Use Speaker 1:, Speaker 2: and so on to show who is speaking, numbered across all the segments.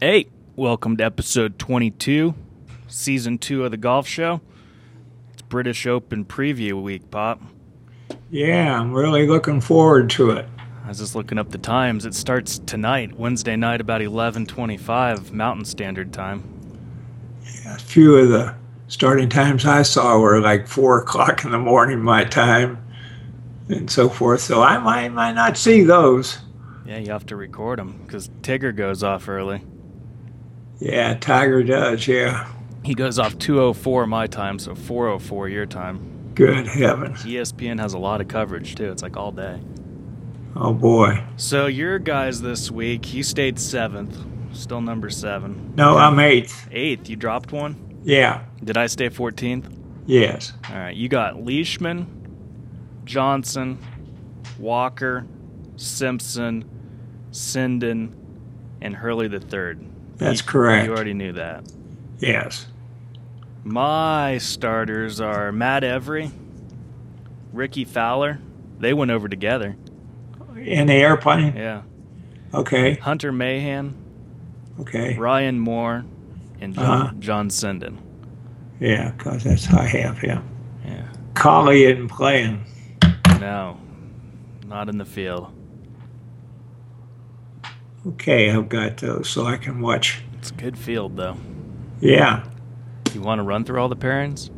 Speaker 1: Hey, welcome to episode 22, season 2 of the golf show. It's British Open preview week, Pop.
Speaker 2: Yeah, I'm really looking forward to it.
Speaker 1: I was just looking up the times. It starts tonight, Wednesday night about 11:25 Mountain Standard Time.
Speaker 2: A few of the starting times I saw were like four o'clock in the morning my time, and so forth. So I might might not see those.
Speaker 1: Yeah, you have to record them cuz Tigger goes off early.
Speaker 2: Yeah, Tiger does. Yeah,
Speaker 1: He goes off 204 my time, so 404 your time. E
Speaker 2: good heavens.
Speaker 1: ESPN has a lot of coverage too. It's like all day.
Speaker 2: Oh boy.
Speaker 1: So your guys this week, you stayed 7th, still number 7.
Speaker 2: No, I'm eighth.
Speaker 1: 8th, you dropped one.
Speaker 2: Yeah.
Speaker 1: Did I stay 14th?
Speaker 2: Yes.
Speaker 1: All right, you got Leishman, Johnson, Walker, Simpson, Sinden, and Hurley the third.
Speaker 2: That's
Speaker 1: You-
Speaker 2: correct.
Speaker 1: You already knew that.
Speaker 2: Yes.
Speaker 1: My starters are Matt Every, Ricky Fowler. They went over together.
Speaker 2: In the airplane.
Speaker 1: Yeah.
Speaker 2: Okay.
Speaker 1: Hunter Mahan,
Speaker 2: Okay.
Speaker 1: Ryan Moore, and John,
Speaker 2: Uh-huh.
Speaker 1: John Sinden.
Speaker 2: Yeah, 'cause that's how I have him.
Speaker 1: Yeah.
Speaker 2: Collie isn't playing.
Speaker 1: No, not in the field.
Speaker 2: Okay, I've got those, so I can watch.
Speaker 1: It's a good field, though.
Speaker 2: Yeah.
Speaker 1: You want to run through all the pairings?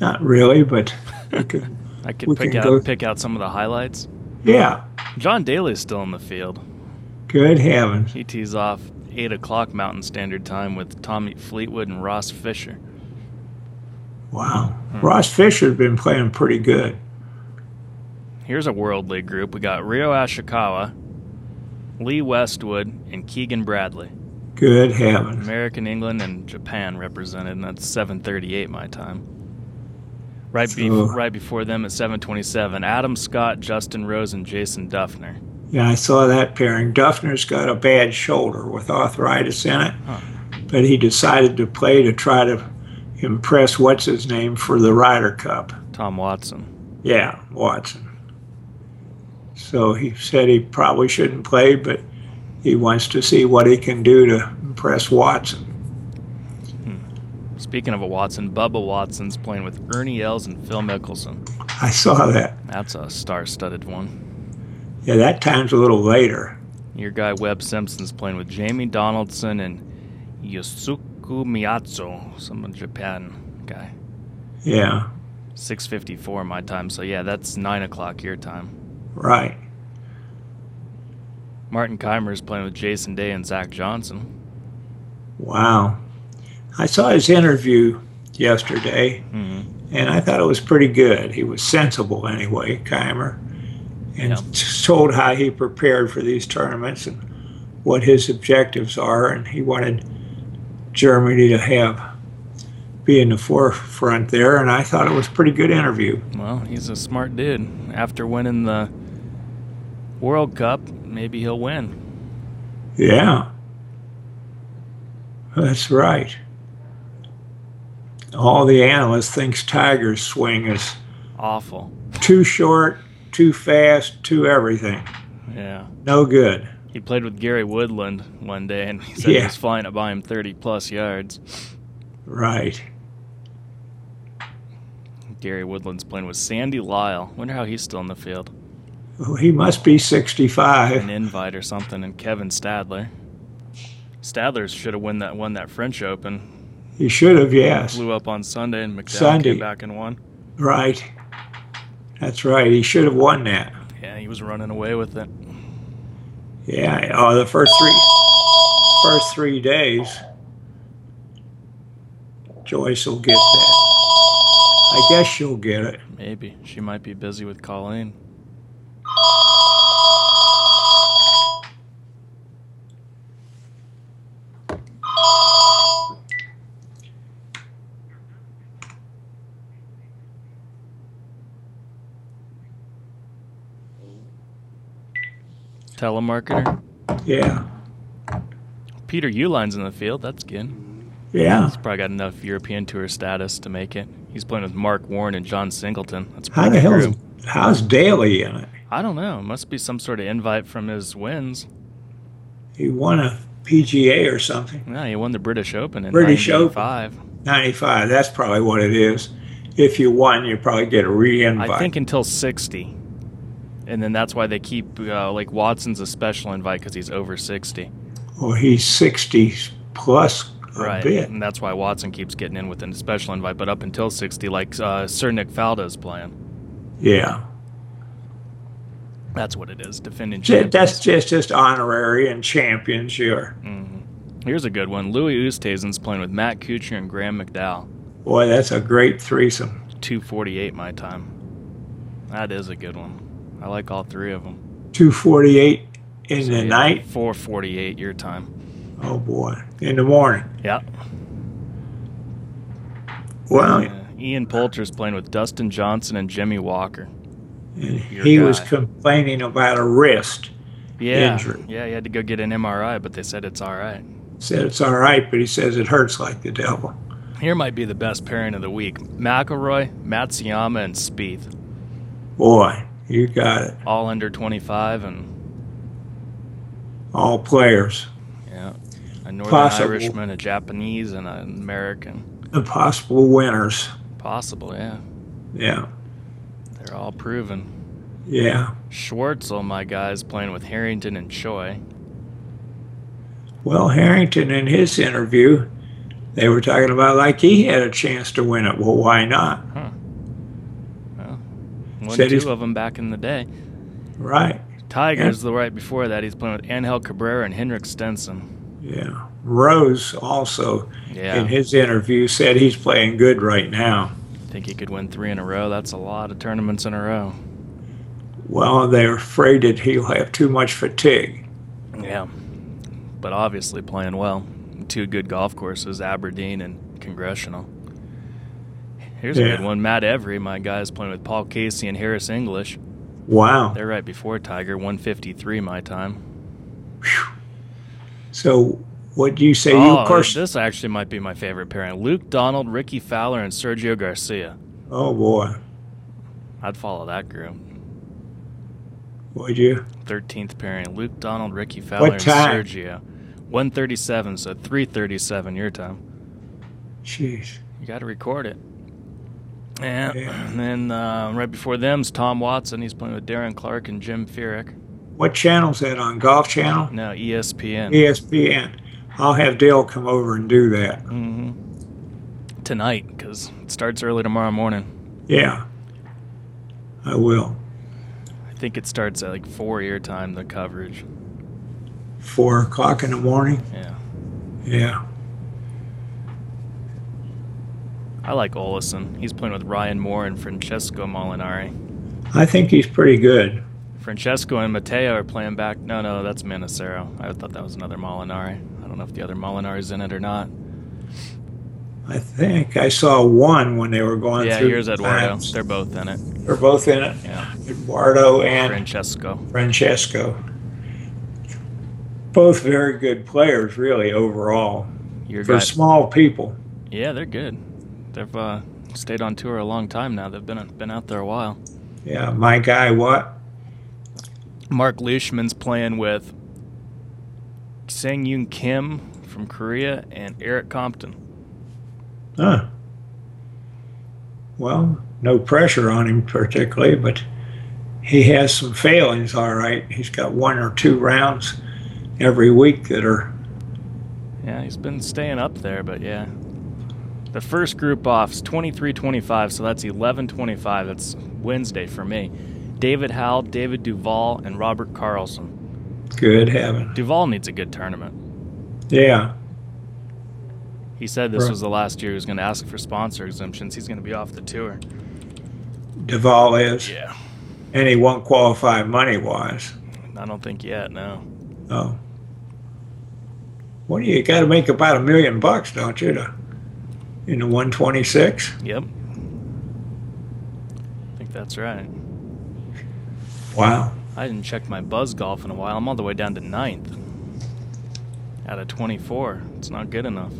Speaker 2: Not really, but we could-
Speaker 1: I could
Speaker 2: We
Speaker 1: pick
Speaker 2: can
Speaker 1: out
Speaker 2: go-
Speaker 1: pick out some of the highlights.
Speaker 2: yeah.
Speaker 1: John Daly's still in the field.
Speaker 2: Good heavens.
Speaker 1: He tees off eight o'clock Mountain Standard Time with Tommy Fleetwood and Ross Fisher.
Speaker 2: Wow. Ross Fisher's been playing pretty good.
Speaker 1: Here's a World League group. We got Rio Ashikawa, Lee Westwood, and Keegan Bradley.
Speaker 2: Good heavens.
Speaker 1: American, England, and Japan represented, and that's 7:38 my time. Right, be-
Speaker 2: So-
Speaker 1: right before them at 7:27, Adam Scott, Justin Rose, and Jason Duffner.
Speaker 2: Yeah, I saw that pairing. Duffner's got a bad shoulder with arthritis in it,
Speaker 1: Huh.
Speaker 2: but he decided to play to try to impress what's his name for the Ryder Cup.
Speaker 1: Tom Watson.
Speaker 2: Yeah, Watson. So he said he probably shouldn't play, but he wants to see what he can do to impress Watson.
Speaker 1: Speaking of a Watson, Bubba Watson's playing with Ernie Els and Phil Mickelson.
Speaker 2: I saw that.
Speaker 1: That's a star-studded one.
Speaker 2: Yeah, that time's a little later.
Speaker 1: Your guy Webb Simpson's playing with Jamie Donaldson and Yosuku Miyatsu, some Japan guy.
Speaker 2: Yeah,
Speaker 1: 6:54 my time, so yeah, that's nine o'clock your time.
Speaker 2: right.
Speaker 1: Martin Keimer's playing with Jason Day and Zach Johnson.
Speaker 2: Wow. I saw his interview yesterday,
Speaker 1: hmm
Speaker 2: and I thought it was pretty good. He was sensible anyway, Keimer, and
Speaker 1: Yeah.
Speaker 2: t- told how he prepared for these tournaments and what his objectives are, and he wanted Germany to have be in the forefront there. And I thought it was a pretty good interview.
Speaker 1: Well, he's a smart dude. After winning the World Cup, maybe he'll win.
Speaker 2: Yeah, that's right. All the analysts thinks Tiger's swing is
Speaker 1: Awful.
Speaker 2: too short, too fast, too everything.
Speaker 1: Yeah.
Speaker 2: No good.
Speaker 1: He played with Gary Woodland one day, and he said he
Speaker 2: Yeah.
Speaker 1: was flying it by him 30 plus yards.
Speaker 2: Right.
Speaker 1: Gary Woodland's playing with Sandy Lyle. Wonder how he's still in the field.
Speaker 2: Well, he must be
Speaker 1: An
Speaker 2: 65.
Speaker 1: invite or something, and Kevin Stadler. Stadler should have won that won that French Open.
Speaker 2: He should have, yes.
Speaker 1: Blew up on Sunday, and McDowell came
Speaker 2: Sunday.
Speaker 1: back and won.
Speaker 2: Right. That's right. He should have won that.
Speaker 1: Yeah, he was running away with it.
Speaker 2: Yeah. Oh, the first three, first three days. Joyce will get that. I guess she'll get it.
Speaker 1: Maybe she might be busy with Colleen. Telemarketer.
Speaker 2: Yeah.
Speaker 1: Peter Uline's in the field. That's good.
Speaker 2: Yeah.
Speaker 1: He's probably got enough European tour status to make it. He's playing with Mark Warren and John Singleton. That's a
Speaker 2: How
Speaker 1: pretty
Speaker 2: the
Speaker 1: good
Speaker 2: hell
Speaker 1: group.
Speaker 2: is, how's Daly in it?
Speaker 1: I don't know. It must be some sort of invite from his wins.
Speaker 2: He won a PGA or something.
Speaker 1: Yeah, you won the British Open in
Speaker 2: British Open.
Speaker 1: 95.
Speaker 2: 95, that's probably what it is. If you won, you probably get a re invite.
Speaker 1: I think until 60. And then that's why they keep, uh, like, Watson's a special invite because he's over 60.
Speaker 2: well, he's 60 plus a bit.
Speaker 1: And that's why Watson keeps getting in with a special invite. But up until 60, like, uh, Sir Nick Faldo's playing.
Speaker 2: Yeah.
Speaker 1: That's what it is, defending
Speaker 2: Ju-
Speaker 1: champion.
Speaker 2: That's just, just honorary and champions. You're,
Speaker 1: Mm-hmm. Here's a good one. Louis Oosthuizen's playing with Matt Kuchar and Graham McDowell.
Speaker 2: boy, that's a great threesome.
Speaker 1: 248 my time. That is a good one. I like all three of them.
Speaker 2: 248 in the night.
Speaker 1: 448 your time.
Speaker 2: Oh, boy. In the morning.
Speaker 1: Yeah.
Speaker 2: Wow.
Speaker 1: Uh, Ian Poulter's playing with Dustin Johnson and Jimmy Walker.
Speaker 2: And
Speaker 1: Your
Speaker 2: he was
Speaker 1: guy.
Speaker 2: complaining about a wrist.
Speaker 1: Yeah.
Speaker 2: Injury.
Speaker 1: Yeah, he had to go get an MRI, but they said it's all right.
Speaker 2: Said it's all right, but he says it hurts like the devil.
Speaker 1: Here might be the best pairing of the week. McElroy, Matsuyama, and Spieth.
Speaker 2: Boy, you got it.
Speaker 1: All under 25 and
Speaker 2: All players.
Speaker 1: yeah, a Northern
Speaker 2: Possible.
Speaker 1: Irishman, a Japanese, and an American.
Speaker 2: Impossible winners.
Speaker 1: Possible, yeah.
Speaker 2: Yeah.
Speaker 1: They're all proven.
Speaker 2: Yeah.
Speaker 1: Schwartzel, my guy, is playing with Harrington and Choi.
Speaker 2: Well, Harrington, in his interview, they were talking about like he had a chance to win it. Well, why not?
Speaker 1: Won
Speaker 2: Said he's-
Speaker 1: two of them back in the day.
Speaker 2: Right.
Speaker 1: Tigers, the right before that, he's playing with Angel Cabrera and Henrik Stenson.
Speaker 2: Yeah. Rose also,
Speaker 1: Yeah,
Speaker 2: in his interview, said he's playing good right now.
Speaker 1: think he could win three in a row. That's a lot of tournaments in a row.
Speaker 2: Well, they're afraid that he'll have too much fatigue.
Speaker 1: Yeah, but obviously playing well. Two good golf courses, Aberdeen and Congressional. Here's a
Speaker 2: Yeah.
Speaker 1: good one. Matt Every, my guy, is playing with Paul Casey and Harris English.
Speaker 2: Wow.
Speaker 1: They're right before Tiger, 153 my time.
Speaker 2: So, what do you say? you,
Speaker 1: oh,
Speaker 2: of course.
Speaker 1: this actually might be my favorite pairing. Luke Donald, Ricky Fowler, and Sergio Garcia.
Speaker 2: Oh, boy.
Speaker 1: I'd follow that group.
Speaker 2: Would you?
Speaker 1: 13th pairing. Luke Donald, Ricky Fowler, and
Speaker 2: time?
Speaker 1: Sergio. 137, so 337 your time.
Speaker 2: Jeez.
Speaker 1: You got to record it. Yeah.
Speaker 2: Yeah.
Speaker 1: And then uh, right before them's Tom Watson. He's playing with Darren Clark and Jim Furyk. E
Speaker 2: What channel's that on? Golf Channel? E
Speaker 1: No, ESPN.
Speaker 2: ESPN. I'll have Dale come over and do that.
Speaker 1: hmm Mm-hmm. Tonight, because it starts early tomorrow morning.
Speaker 2: Yeah. I will.
Speaker 1: I think it starts at like 4 your time, the coverage.
Speaker 2: Four o'clock in the morning?
Speaker 1: Yeah.
Speaker 2: Yeah.
Speaker 1: I like Olison. He's playing with Ryan Moore and Francesco Molinari.
Speaker 2: I think he's pretty good.
Speaker 1: Francesco and Matteo are playing back. No, no, that's Manicero. I thought that was another Molinari. I don't know if the other Molinari's in it or not.
Speaker 2: I think I saw one when they were going
Speaker 1: yeah,
Speaker 2: through.
Speaker 1: here's
Speaker 2: the
Speaker 1: Eduardo.
Speaker 2: times.
Speaker 1: They're both in it.
Speaker 2: They're both in it.
Speaker 1: Yeah.
Speaker 2: Eduardo and
Speaker 1: Francesco.
Speaker 2: Francesco. Both very good players, really, overall.
Speaker 1: Your
Speaker 2: For
Speaker 1: guys.
Speaker 2: small people.
Speaker 1: Yeah, they're good. They've uh, stayed on tour a long time now. They've been been out there a while.
Speaker 2: Yeah, my guy, what?
Speaker 1: Mark Leishman's playing with Sang Yoon Kim from Korea and Eric Compton.
Speaker 2: Huh. Well, no pressure on him particularly, but he has some failings, all right. He's got one or two rounds every week that are,
Speaker 1: Yeah, he's been staying up there, but yeah. The first group off's 23-25, so that's 11-25. That's Wednesday for me. David Howell, David Duval, and Robert Carlson.
Speaker 2: good heaven.
Speaker 1: Duval needs a good tournament.
Speaker 2: Yeah,
Speaker 1: He said this
Speaker 2: Right.
Speaker 1: was the last year he was going to ask for sponsor exemptions. He's going to be off the tour.
Speaker 2: Duvall is.
Speaker 1: Yeah.
Speaker 2: And he won't qualify money wise.
Speaker 1: I don't think yet, no.
Speaker 2: Oh. What do you got to make about a million bucks, don't you? To, in the 126?
Speaker 1: Yep. I think that's right.
Speaker 2: Wow.
Speaker 1: I didn't check my buzz golf in a while. I'm all the way down to ninth. Out of 24. It's not good enough.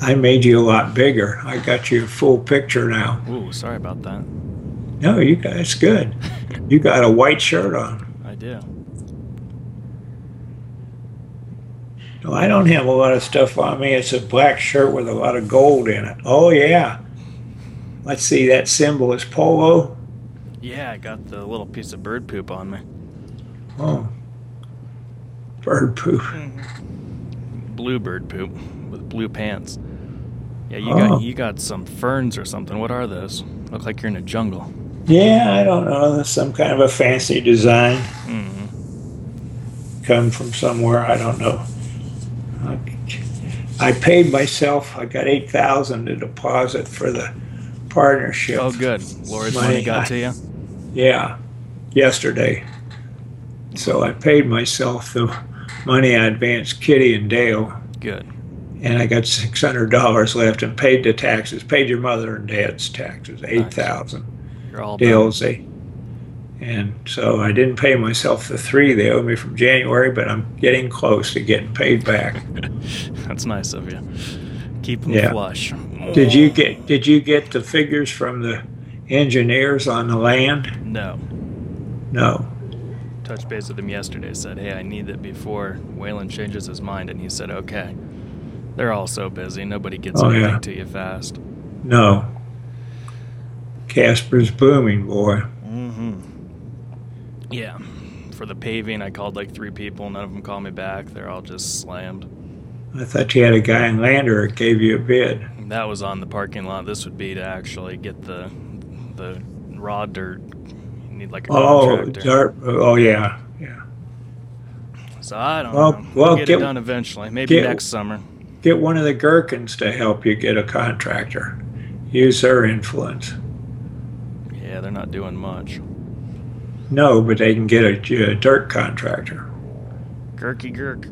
Speaker 2: I made you a lot bigger. I got you a full picture now.
Speaker 1: Ooh, sorry about that.
Speaker 2: No, you got it's good. You got a white shirt on.
Speaker 1: I do.
Speaker 2: No, I don't have a lot of stuff on me. It's a black shirt with a lot of gold in it. Oh, yeah. Let's see, that symbol is polo.
Speaker 1: Yeah, I got the little piece of bird poop on me.
Speaker 2: Oh, bird poop.
Speaker 1: Blue bird poop with blue pants. Yeah, you
Speaker 2: Oh.
Speaker 1: got you got some ferns or something. What are those? Look like you're in a jungle.
Speaker 2: Yeah, I don't know. That's some kind of a fancy design.
Speaker 1: hmm
Speaker 2: come from somewhere. I don't know. I- I paid myself. I got eight thousand to deposit for the partnership.
Speaker 1: Oh, good. Lord's
Speaker 2: Money.
Speaker 1: money got to you.
Speaker 2: Yeah, yesterday. So I paid myself the money I advanced Kitty and Dale,
Speaker 1: Good.
Speaker 2: and I got six hundred dollars left and paid the taxes. Paid your mother and dad's taxes, eight thousand.
Speaker 1: You're all done.
Speaker 2: Dale's. They, and so I didn't pay myself the three they owe me from January, but I'm getting close to getting paid back.
Speaker 1: That's nice of you. Keep them
Speaker 2: Yeah.
Speaker 1: flush.
Speaker 2: Did you get did you get the figures from the engineers on the land?
Speaker 1: No.
Speaker 2: No.
Speaker 1: Touch base with him yesterday. Said, hey, I need that before Waylon changes his mind, and he said, okay. They're all so busy. Nobody gets
Speaker 2: Oh,
Speaker 1: anything
Speaker 2: yeah.
Speaker 1: to you fast.
Speaker 2: No. Casper's booming boy.
Speaker 1: Mm-hmm. Yeah. For the paving, I called like three people. None of them called me back. They're all just slammed.
Speaker 2: I thought you had a guy in Lander that gave you a bid.
Speaker 1: And That was on the parking lot. This would be to actually get the the raw dirt. You need like a
Speaker 2: Oh,
Speaker 1: contractor.
Speaker 2: dirt. Oh yeah. Yeah.
Speaker 1: So I don't
Speaker 2: Well-
Speaker 1: know.
Speaker 2: well,
Speaker 1: We'll get,
Speaker 2: get-
Speaker 1: it done eventually. Maybe
Speaker 2: get-
Speaker 1: next summer.
Speaker 2: Get one of the Gherkins to help you get a contractor. Use their influence.
Speaker 1: Yeah, they're not doing much.
Speaker 2: No, but they can get a, a dirt contractor.
Speaker 1: Gurky Gurk.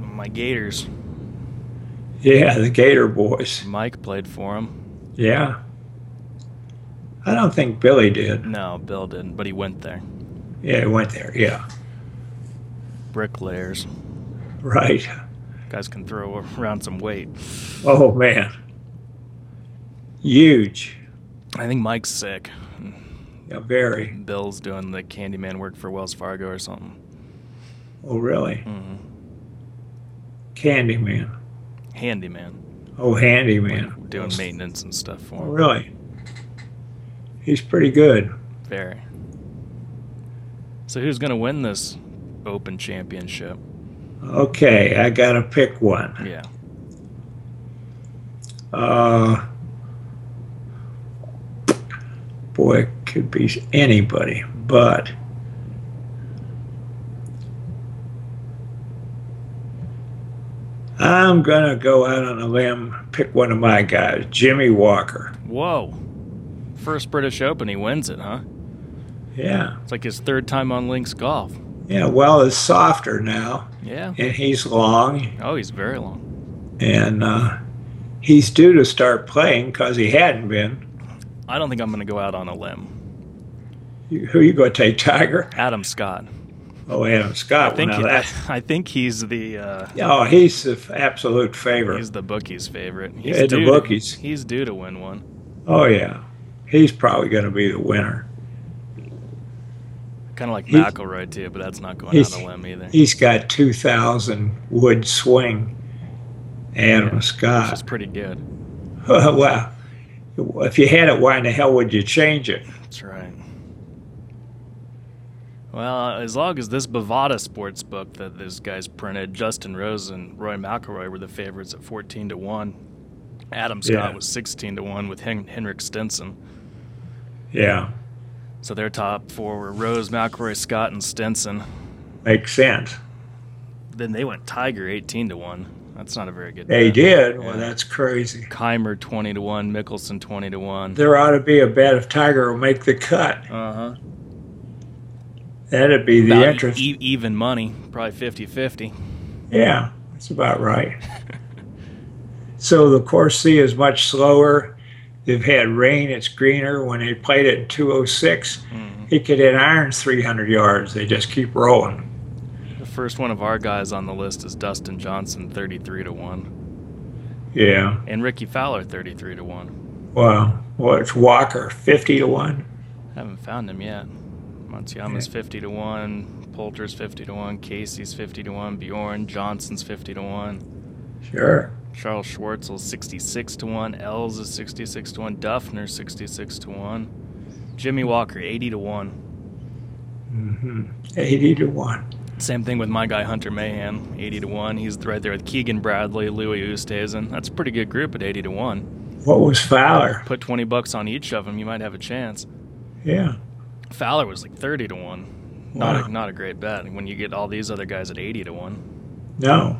Speaker 1: My Gators.
Speaker 2: Yeah, the Gator Boys.
Speaker 1: Mike played for him.
Speaker 2: Yeah. I don't think Billy did.
Speaker 1: No, Bill didn't, but he went there.
Speaker 2: Yeah, he went there. Yeah,
Speaker 1: Bricklayers.
Speaker 2: right.
Speaker 1: Guys can throw around some weight.
Speaker 2: Oh, man. Huge.
Speaker 1: I think Mike's sick.
Speaker 2: Yeah, very.
Speaker 1: Bill's doing the Candyman work for Wells Fargo or something.
Speaker 2: Oh, really?
Speaker 1: hmm
Speaker 2: Candyman.
Speaker 1: Handyman,
Speaker 2: Oh, handyman.
Speaker 1: doing maintenance and stuff
Speaker 2: Oh,
Speaker 1: for him.
Speaker 2: really? He's pretty good.
Speaker 1: Very. So who's gonna win this Open Championship?
Speaker 2: Okay, I got to pick one.
Speaker 1: Yeah,
Speaker 2: Uh, boy, it could be anybody, but I'm gonna go out on a limb, pick one of my guys, Jimmy Walker.
Speaker 1: Whoa. First British Open, he wins it, huh?
Speaker 2: Yeah,
Speaker 1: It's like his third time on links golf.
Speaker 2: yeah. Well, it's softer now,
Speaker 1: Yeah.
Speaker 2: and he's long,
Speaker 1: Oh, he's very long.
Speaker 2: and uh, he's due to start playing because he hadn't been.
Speaker 1: I don't think I'm gonna go out on a limb.
Speaker 2: You- Who you gonna take, Tiger?
Speaker 1: Adam Scott.
Speaker 2: Oh, Adam Scott.
Speaker 1: I think
Speaker 2: well,
Speaker 1: he-
Speaker 2: now
Speaker 1: I,
Speaker 2: that's-
Speaker 1: I think he's the uh,
Speaker 2: Oh, he's the f- absolute favorite.
Speaker 1: he's the bookie's favorite. He's
Speaker 2: Yeah, the
Speaker 1: due to-
Speaker 2: bookies.
Speaker 1: he's due to win one.
Speaker 2: Oh yeah, he's probably going to be the winner.
Speaker 1: Kind of like
Speaker 2: He's-
Speaker 1: McElroy too, but that's not going out
Speaker 2: he's-
Speaker 1: on a limb either.
Speaker 2: He's got two thousand wood swing. Adam
Speaker 1: Yeah. Which is
Speaker 2: Scott.
Speaker 1: pretty good.
Speaker 2: wow. If you had it, why in the hell would you change it?
Speaker 1: That's right. Well, as long as this Bovada sports book that this guy's printed, Justin Rose and Roy McElroy were the favorites at 14 to 1. Adam Scott
Speaker 2: Yeah.
Speaker 1: was 16 to 1 with Hen- Henrik Stenson.
Speaker 2: Yeah,
Speaker 1: So their top four were Rose, McElroy, Scott, and Stenson.
Speaker 2: makes sense.
Speaker 1: Then they went Tiger 18 to 1. That's not a very good
Speaker 2: They
Speaker 1: bet.
Speaker 2: did. Well,
Speaker 1: Yeah.
Speaker 2: that's crazy.
Speaker 1: Keimer 20 to 1, Mickelson 20 to 1.
Speaker 2: There ought to be a bet if Tiger will make the cut.
Speaker 1: Uh huh.
Speaker 2: That'd be the interest.
Speaker 1: E- even money, probably 50 50.
Speaker 2: Yeah, that's about right. so the course C is much slower. They've had rain, it's greener. When they played it in 206,
Speaker 1: Mm-hmm.
Speaker 2: he could hit irons 300 yards. They just keep rolling.
Speaker 1: The first one of our guys on the list is Dustin Johnson, 33 to 1,
Speaker 2: Yeah.
Speaker 1: and Ricky Fowler, 33 to 1.
Speaker 2: Well, well it's Walker, 50 to 1.
Speaker 1: Haven't found him yet. Matsuyama's 50 to 1, Poulter's 50 to 1, Casey's 50 to 1, Bjorn, Johnson's 50 to 1,
Speaker 2: Sure.
Speaker 1: Charles Schwartzel's 66 to 1, Ells is 66 to 1, Duffner's 66 to 1, Jimmy Walker 80 to 1.
Speaker 2: hmm 80 to 1.
Speaker 1: Same thing with my guy Hunter Mahan, 80 to 1. He's right there with Keegan Bradley, Louis Oosthuizen. That's a pretty good group at 80 to 1.
Speaker 2: What was Fowler?
Speaker 1: Put 20 bucks on each of them, you might have a chance.
Speaker 2: Yeah.
Speaker 1: Fowler was like 30 to 1. Not
Speaker 2: Wow.
Speaker 1: a, not a great bet when you get all these other guys at 80 to 1.
Speaker 2: No.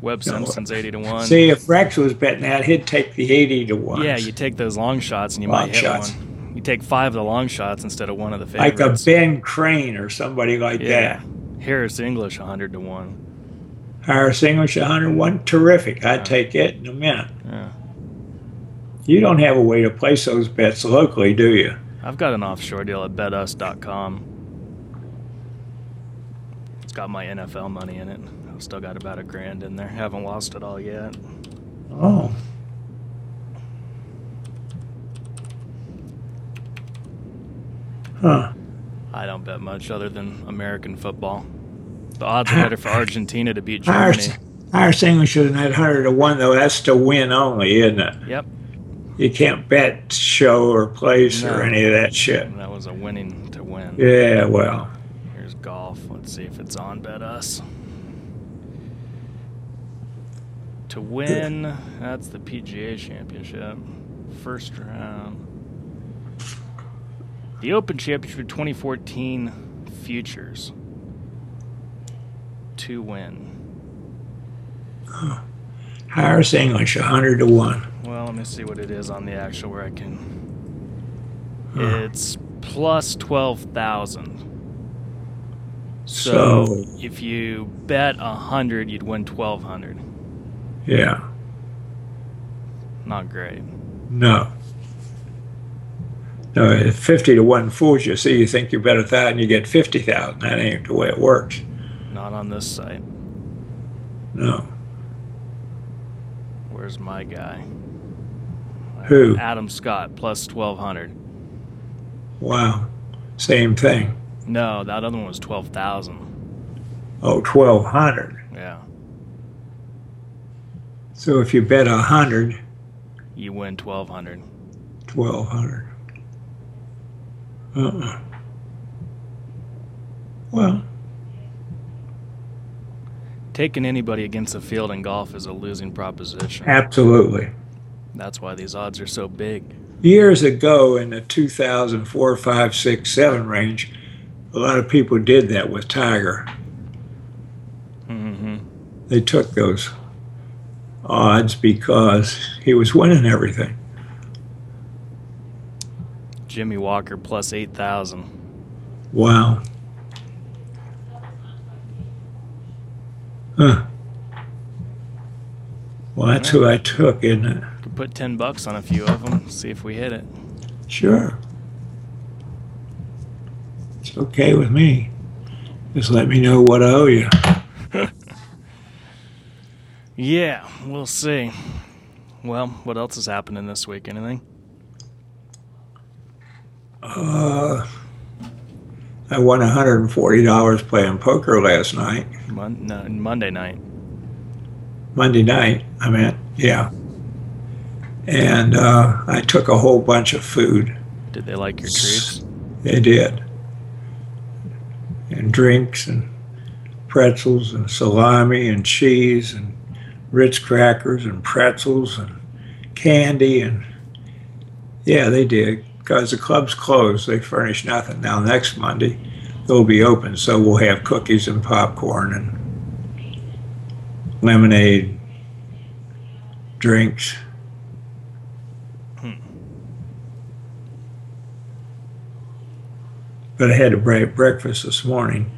Speaker 1: Webb
Speaker 2: No.
Speaker 1: Simpson's 80 to 1.
Speaker 2: See, if Rex was betting that, he'd take the 80 to 1.
Speaker 1: Yeah, you take those long shots and you
Speaker 2: Long
Speaker 1: might hit
Speaker 2: shots.
Speaker 1: one. You take five of the long shots instead of one of the
Speaker 2: like a
Speaker 1: favorites.
Speaker 2: Ben Crane or somebody like
Speaker 1: yeah.
Speaker 2: that.
Speaker 1: Harris English 100 to 1.
Speaker 2: Harris English 101, terrific. I'd take it in a minute.
Speaker 1: Yeah.
Speaker 2: You don't have a way to place those bets locally, do you?
Speaker 1: I've got an offshore deal at betus.com. It's got my NFL money in it. I've still got about a grand in there. Haven't lost it all yet.
Speaker 2: Oh, huh.
Speaker 1: I don't bet much other than American football. The odds are better for Argentina to beat
Speaker 2: Harris,
Speaker 1: Germany.
Speaker 2: Harris English isn't at 100 to 1, though. That's to win only, isn't it?
Speaker 1: Yep.
Speaker 2: You can't bet show or place
Speaker 1: No.
Speaker 2: or any of that shit.
Speaker 1: And that was a winning to win.
Speaker 2: Yeah, well,
Speaker 1: Here's golf. Let's see if it's on bet us. To win, that's the PGA Championship. First round. The Open Championship 2014 futures. To win.
Speaker 2: Harris English 100 to 1.
Speaker 1: Well, let me see what it is on the actual where I can. It's plus 12,000. So,
Speaker 2: So-
Speaker 1: if you bet 100, you'd win 1,200.
Speaker 2: Yeah,
Speaker 1: Not great.
Speaker 2: no. No, if 50 to 1 fools you. See, you think you bet a 1,000, you get 50,000. That ain't the way it works.
Speaker 1: Not on this site.
Speaker 2: No.
Speaker 1: Where's my guy?
Speaker 2: Who?
Speaker 1: Adam Scott plus 1200.
Speaker 2: Wow. Same thing.
Speaker 1: No, that other one was 12,000.
Speaker 2: Oh, 1,200.
Speaker 1: Yeah.
Speaker 2: So if you bet 100,
Speaker 1: You win 1200.
Speaker 2: 1,200. Uh-uh. Well,
Speaker 1: Taking anybody against the field in golf is a losing proposition.
Speaker 2: absolutely.
Speaker 1: That's why these odds are so big.
Speaker 2: Years ago in the 2004, 5, 6, 7 range, a lot of people did that with Tiger.
Speaker 1: Mm-hmm.
Speaker 2: They took those odds because he was winning everything.
Speaker 1: Jimmy Walker plus 8,000.
Speaker 2: Wow. Huh. Well, that's who I took, isn't it?
Speaker 1: Could put 10 bucks on a few of them, see if we hit it.
Speaker 2: Sure. It's okay with me. Just let me know what I owe you.
Speaker 1: Yeah, we'll see. Well, what else is happening this week? Anything?
Speaker 2: Uh, I won $140 playing poker last night,
Speaker 1: Mon- no, Monday night.
Speaker 2: Monday night, I meant, yeah. And uh, I took a whole bunch of food.
Speaker 1: Did they like your treats?
Speaker 2: They did. And drinks and pretzels and salami and cheese and Ritz crackers and pretzels and candy and yeah, they did. Because the club's closed, they furnish nothing. Now next Monday, they'll be open, so we'll have cookies and popcorn and lemonade, drinks. But I had to break breakfast this morning,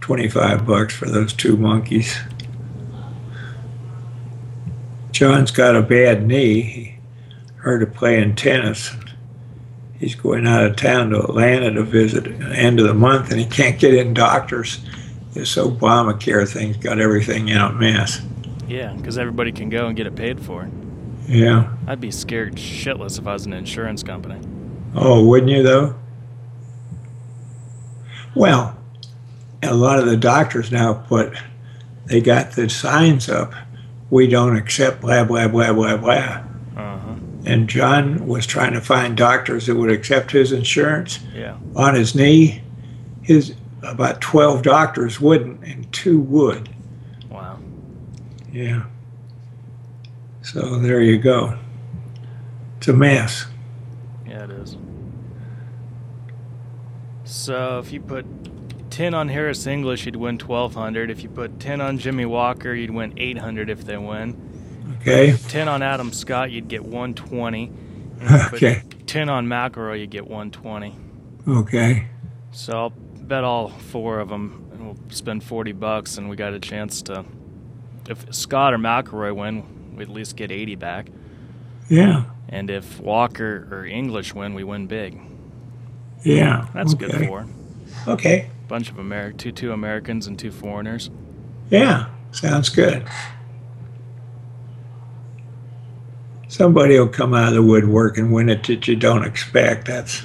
Speaker 2: twenty-five bucks for those two monkeys. John's got a bad knee. He heard of playing tennis. He's going out of town to Atlanta to visit at the end of the month, and he can't get in doctors. This Obamacare thing's got everything in a mess.
Speaker 1: Yeah, because everybody can go and get it paid for.
Speaker 2: Yeah.
Speaker 1: I'd be scared shitless if I was an insurance company.
Speaker 2: Oh, wouldn't you though? Well, a lot of the doctors now put they got the signs up. We don't accept blah blah blah blah blah.
Speaker 1: Uh-huh.
Speaker 2: And John was trying to find doctors that would accept his insurance
Speaker 1: Yeah.
Speaker 2: on his knee. His about twelve doctors wouldn't, and two would.
Speaker 1: Wow.
Speaker 2: Yeah. So there you go. It's a mess.
Speaker 1: Yeah, it is. So if you put 10 on Harris English, you'd win 1200. If you put 10 on Jimmy Walker, you'd win 800 if they win.
Speaker 2: Okay.
Speaker 1: 10 on Adam Scott, you'd get 120. And if you put
Speaker 2: Okay.
Speaker 1: 10 on McElroy, you get 120.
Speaker 2: Okay.
Speaker 1: So I'll bet all four of them, and we'll spend 40 bucks, and we got a chance to. If Scott or McElroy win, we at least get 80 back.
Speaker 2: Yeah.
Speaker 1: And if Walker or English win, we win big.
Speaker 2: Yeah.
Speaker 1: That's good
Speaker 2: Okay.
Speaker 1: for.
Speaker 2: Okay.
Speaker 1: bunch of Ameri- two two Americans and two foreigners.
Speaker 2: Yeah. Sounds good. Somebody will come out of the woodwork and win it that you don't expect. That's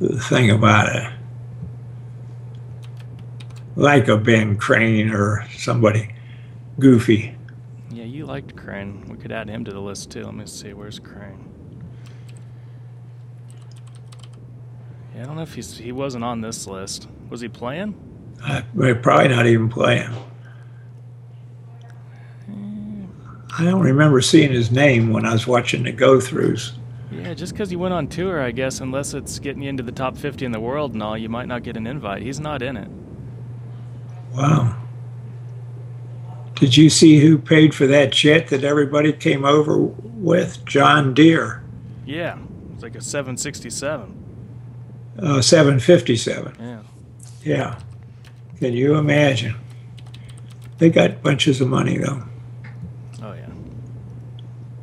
Speaker 2: the thing about it. Like a Ben Crane or somebody goofy.
Speaker 1: Yeah, you liked Crane. We could add him to the list too. Let me see. Where's Crane? Yeah, I don't know if he's he wasn't on this list. Was he playing?
Speaker 2: I, they're probably not even playing. I don't remember seeing his name when I was watching the go throughs.
Speaker 1: Yeah, just because you went on tour, I guess, unless it's getting you into the top 50 in the world and all, you might not get an invite. He's not in it.
Speaker 2: Wow. Did you see who paid for that jet that everybody came over with? John Deere,
Speaker 1: Yeah, it's like a 767.
Speaker 2: uh, 757.
Speaker 1: Yeah.
Speaker 2: Yeah. Can you imagine? They got bunches of money, though.
Speaker 1: Oh yeah.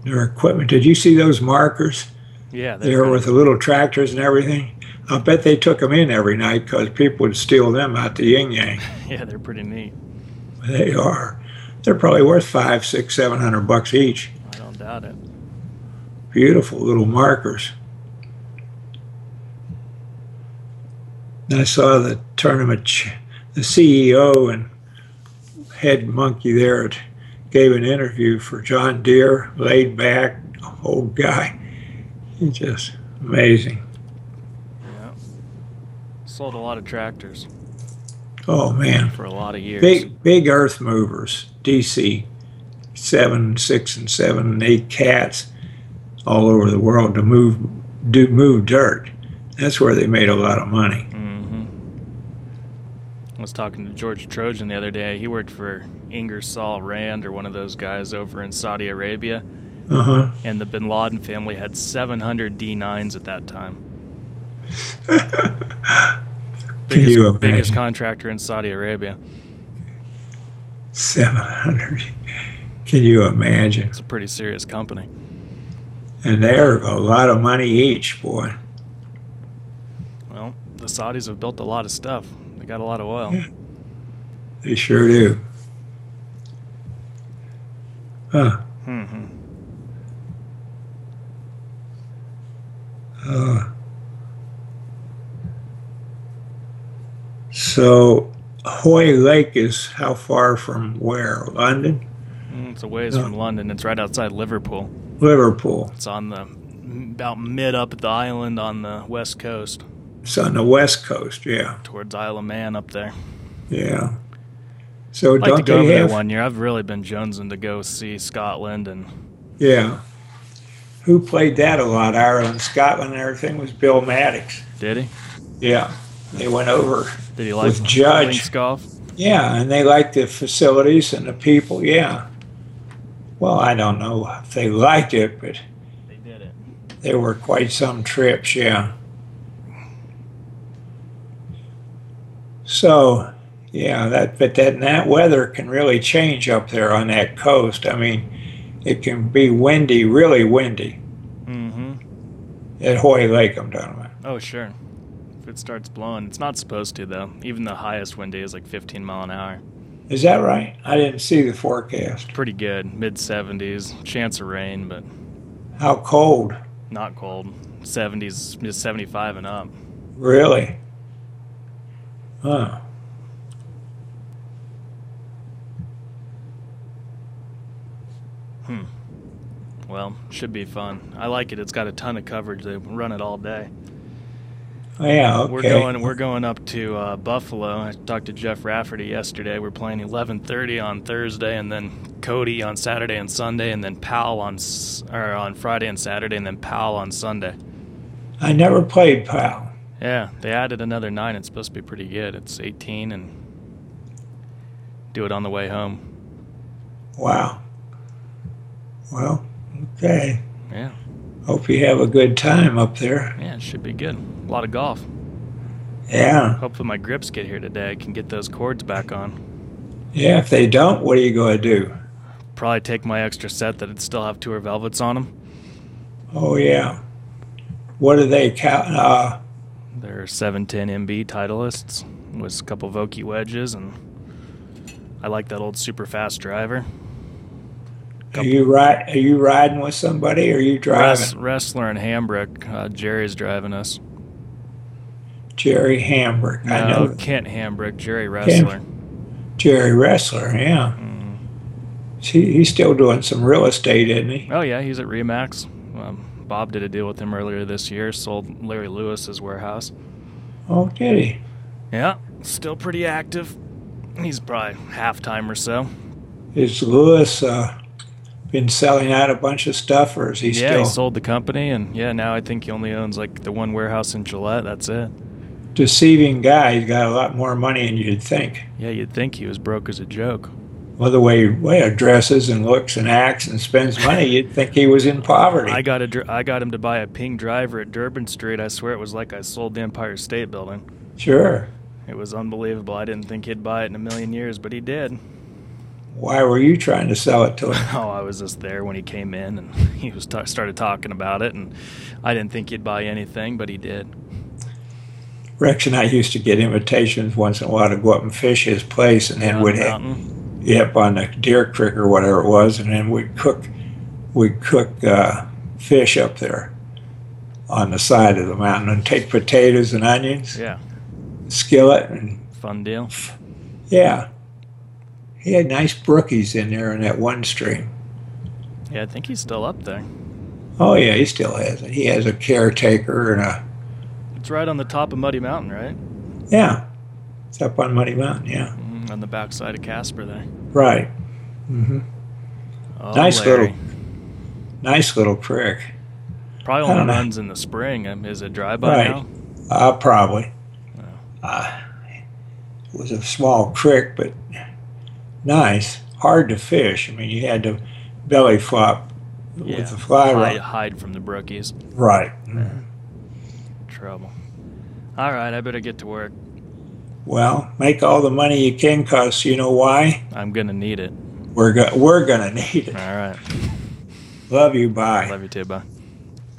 Speaker 2: Their equipment. Did you see those markers?
Speaker 1: Yeah. they've
Speaker 2: there
Speaker 1: got-
Speaker 2: with the little tractors and everything. I bet they took them in every night because people would steal them out the yin yang.
Speaker 1: Yeah, they're pretty neat.
Speaker 2: They are. They're probably worth five, six, seven hundred bucks each.
Speaker 1: I don't doubt it.
Speaker 2: Beautiful little markers. And I saw the tournament, ch- the CEO and head monkey there at- gave an interview for John Deere, laid back, old guy. He's just amazing.
Speaker 1: Yeah. Sold a lot of tractors
Speaker 2: Oh, man.
Speaker 1: for a lot of years.
Speaker 2: Big big earth movers, DC, seven, six, and seven, and eight cats all over the world to move do move dirt. That's where they made a lot of money.
Speaker 1: hmm I was talking to George Trojan the other day. He worked for Ingersoll Rand or one of those guys over in Saudi Arabia,
Speaker 2: Uh huh.
Speaker 1: and the Bin Laden family had 700 D9s at that time.
Speaker 2: Uh-huh.
Speaker 1: biggest,
Speaker 2: you imagine?
Speaker 1: biggest contractor in Saudi Arabia.
Speaker 2: Seven hundred. Can you imagine?
Speaker 1: It's a pretty serious company.
Speaker 2: And they're a lot of money each, boy.
Speaker 1: Well, the Saudis have built a lot of stuff. They got a lot of oil.
Speaker 2: Yeah. They sure do. Huh.
Speaker 1: hmm
Speaker 2: Uh, so Hoy Lake is how far from where? London?
Speaker 1: Mm, it's a ways
Speaker 2: Yeah.
Speaker 1: from London. It's right outside Liverpool.
Speaker 2: Liverpool.
Speaker 1: It's on the about mid up the island on the west coast
Speaker 2: It's on the west coast, yeah.
Speaker 1: towards Isle of Man up there.
Speaker 2: Yeah. So
Speaker 1: I'd like to
Speaker 2: don't
Speaker 1: go over
Speaker 2: they
Speaker 1: there
Speaker 2: have
Speaker 1: one year. I've really been jonesing to go see Scotland, and
Speaker 2: Yeah. Who played that a lot? Ireland, Scotland, and everything was Bill Maddox.
Speaker 1: did he?
Speaker 2: Yeah. They went over.
Speaker 1: Did he like
Speaker 2: With Judge.
Speaker 1: links golf?
Speaker 2: Yeah, and they liked the facilities and the people, yeah. Well, I don't know if they liked it, but
Speaker 1: They did it.
Speaker 2: They were quite some trips, yeah. So, yeah, that but then that weather can really change up there on that coast. I mean, it can be windy, really windy
Speaker 1: Mm-hmm.
Speaker 2: at Hoy Lake. I'm talking about.
Speaker 1: Oh sure. If it starts blowing, it's not supposed to though. Even the highest wind day is like 15 mile an hour.
Speaker 2: Is that right? I didn't see the forecast.
Speaker 1: Pretty good, mid 70s. Chance of rain, but
Speaker 2: How cold,
Speaker 1: not cold. 70s, just 75 and up.
Speaker 2: really? Huh.
Speaker 1: Hmm. Well, should be fun. I like it. It's got a ton of coverage. They run it all day.
Speaker 2: Oh, yeah, okay.
Speaker 1: We're going. We're going up to uh, Buffalo. I talked to Jeff Rafferty yesterday. We're playing 11:30 on Thursday, and then Cody on Saturday and Sunday, and then Powell on s- or on Friday and Saturday, and then Powell on Sunday.
Speaker 2: I never played Pal.
Speaker 1: Yeah, they added another nine. It's supposed to be pretty good. It's 18, and do it on the way home.
Speaker 2: Wow. Well, okay.
Speaker 1: Yeah,
Speaker 2: Hope you have a good time up there.
Speaker 1: yeah, it should be good. A lot of golf.
Speaker 2: Yeah.
Speaker 1: Hopefully, my grips get here today. I can get those cords back on.
Speaker 2: Yeah, if they don't, what are you going to do?
Speaker 1: Probably take my extra set that'd still have tour velvets on them.
Speaker 2: Oh, yeah. What do they count? Uh,
Speaker 1: They're 710 MB Titleists with a couple Vokey wedges, and I like that old super fast driver.
Speaker 2: are you ri- Are you riding with somebody? Or are you driving?
Speaker 1: Wrest- wrestler in Hambrick, uh, Jerry's driving us.
Speaker 2: Jerry Hamburg. I
Speaker 1: No,
Speaker 2: know
Speaker 1: Uh, Kent Hambrick, Jerry Wrestler.
Speaker 2: Jerry Wrestler. Yeah.
Speaker 1: Mm.
Speaker 2: He, he's still doing some real estate, isn't he?
Speaker 1: Oh yeah, he's at Remax. Um, Bob did a deal with him earlier this year. Sold Larry Lewis's warehouse.
Speaker 2: Oh, did he?
Speaker 1: Yeah, still pretty active. He's probably half time or so.
Speaker 2: Is Lewis uh, been selling out a bunch of stuff, or is he
Speaker 1: yeah,
Speaker 2: still
Speaker 1: he sold the company, and yeah, now I think he only owns like the one warehouse in Gillette. That's it.
Speaker 2: deceiving guy? He's got a lot more money than you'd think.
Speaker 1: Yeah, you'd think he was broke as a joke.
Speaker 2: Well, the way way he dresses and looks and acts and spends money, you'd think he was in poverty.
Speaker 1: I got a dr- I got him to buy a ping driver at Durban Street. I swear it was like I sold the Empire State Building.
Speaker 2: sure.
Speaker 1: It was unbelievable. I didn't think he'd buy it in a million years, but he did.
Speaker 2: Why were you trying to sell it to him?
Speaker 1: Oh, I was just there when he came in, and he was ta started talking about it, and I didn't think he'd buy anything, but he did.
Speaker 2: Rex and I used to get invitations once in a while to go up and fish his place, and then
Speaker 1: Down
Speaker 2: we'd
Speaker 1: the
Speaker 2: have,
Speaker 1: mountain.
Speaker 2: yep on the deer creek or whatever it was, and then we'd cook we'd cook uh, fish up there on the side of the mountain and take potatoes and onions,
Speaker 1: Yeah,
Speaker 2: skillet, and
Speaker 1: fun deal.
Speaker 2: yeah, he had nice brookies in there in that one stream.
Speaker 1: Yeah, I think he's still up there.
Speaker 2: Oh yeah, he still has it. He has a caretaker and a
Speaker 1: It's right on the top of Muddy Mountain, right?
Speaker 2: yeah. It's up on Muddy Mountain, yeah.
Speaker 1: Mm, on the backside of Casper there.
Speaker 2: Right. hmm
Speaker 1: Oh,
Speaker 2: Nice
Speaker 1: Larry.
Speaker 2: little- Nice little creek.
Speaker 1: Probably
Speaker 2: I don't
Speaker 1: only
Speaker 2: know.
Speaker 1: runs in the spring. Um, Is it dry by
Speaker 2: Right.
Speaker 1: now?
Speaker 2: Uh, probably. Uh, it was a small creek, but nice. Hard to fish. I mean, you had to belly flop
Speaker 1: Yeah.
Speaker 2: with the fly
Speaker 1: Hide,
Speaker 2: rod.
Speaker 1: hide from the brookies.
Speaker 2: Right.
Speaker 1: Trouble. All right, I better get to work.
Speaker 2: Well, make all the money you can, cause you know why?
Speaker 1: I'm gonna need it.
Speaker 2: We're go- we're gonna need
Speaker 1: All
Speaker 2: it.
Speaker 1: right.
Speaker 2: Love you. Bye.
Speaker 1: Love you too. Bye.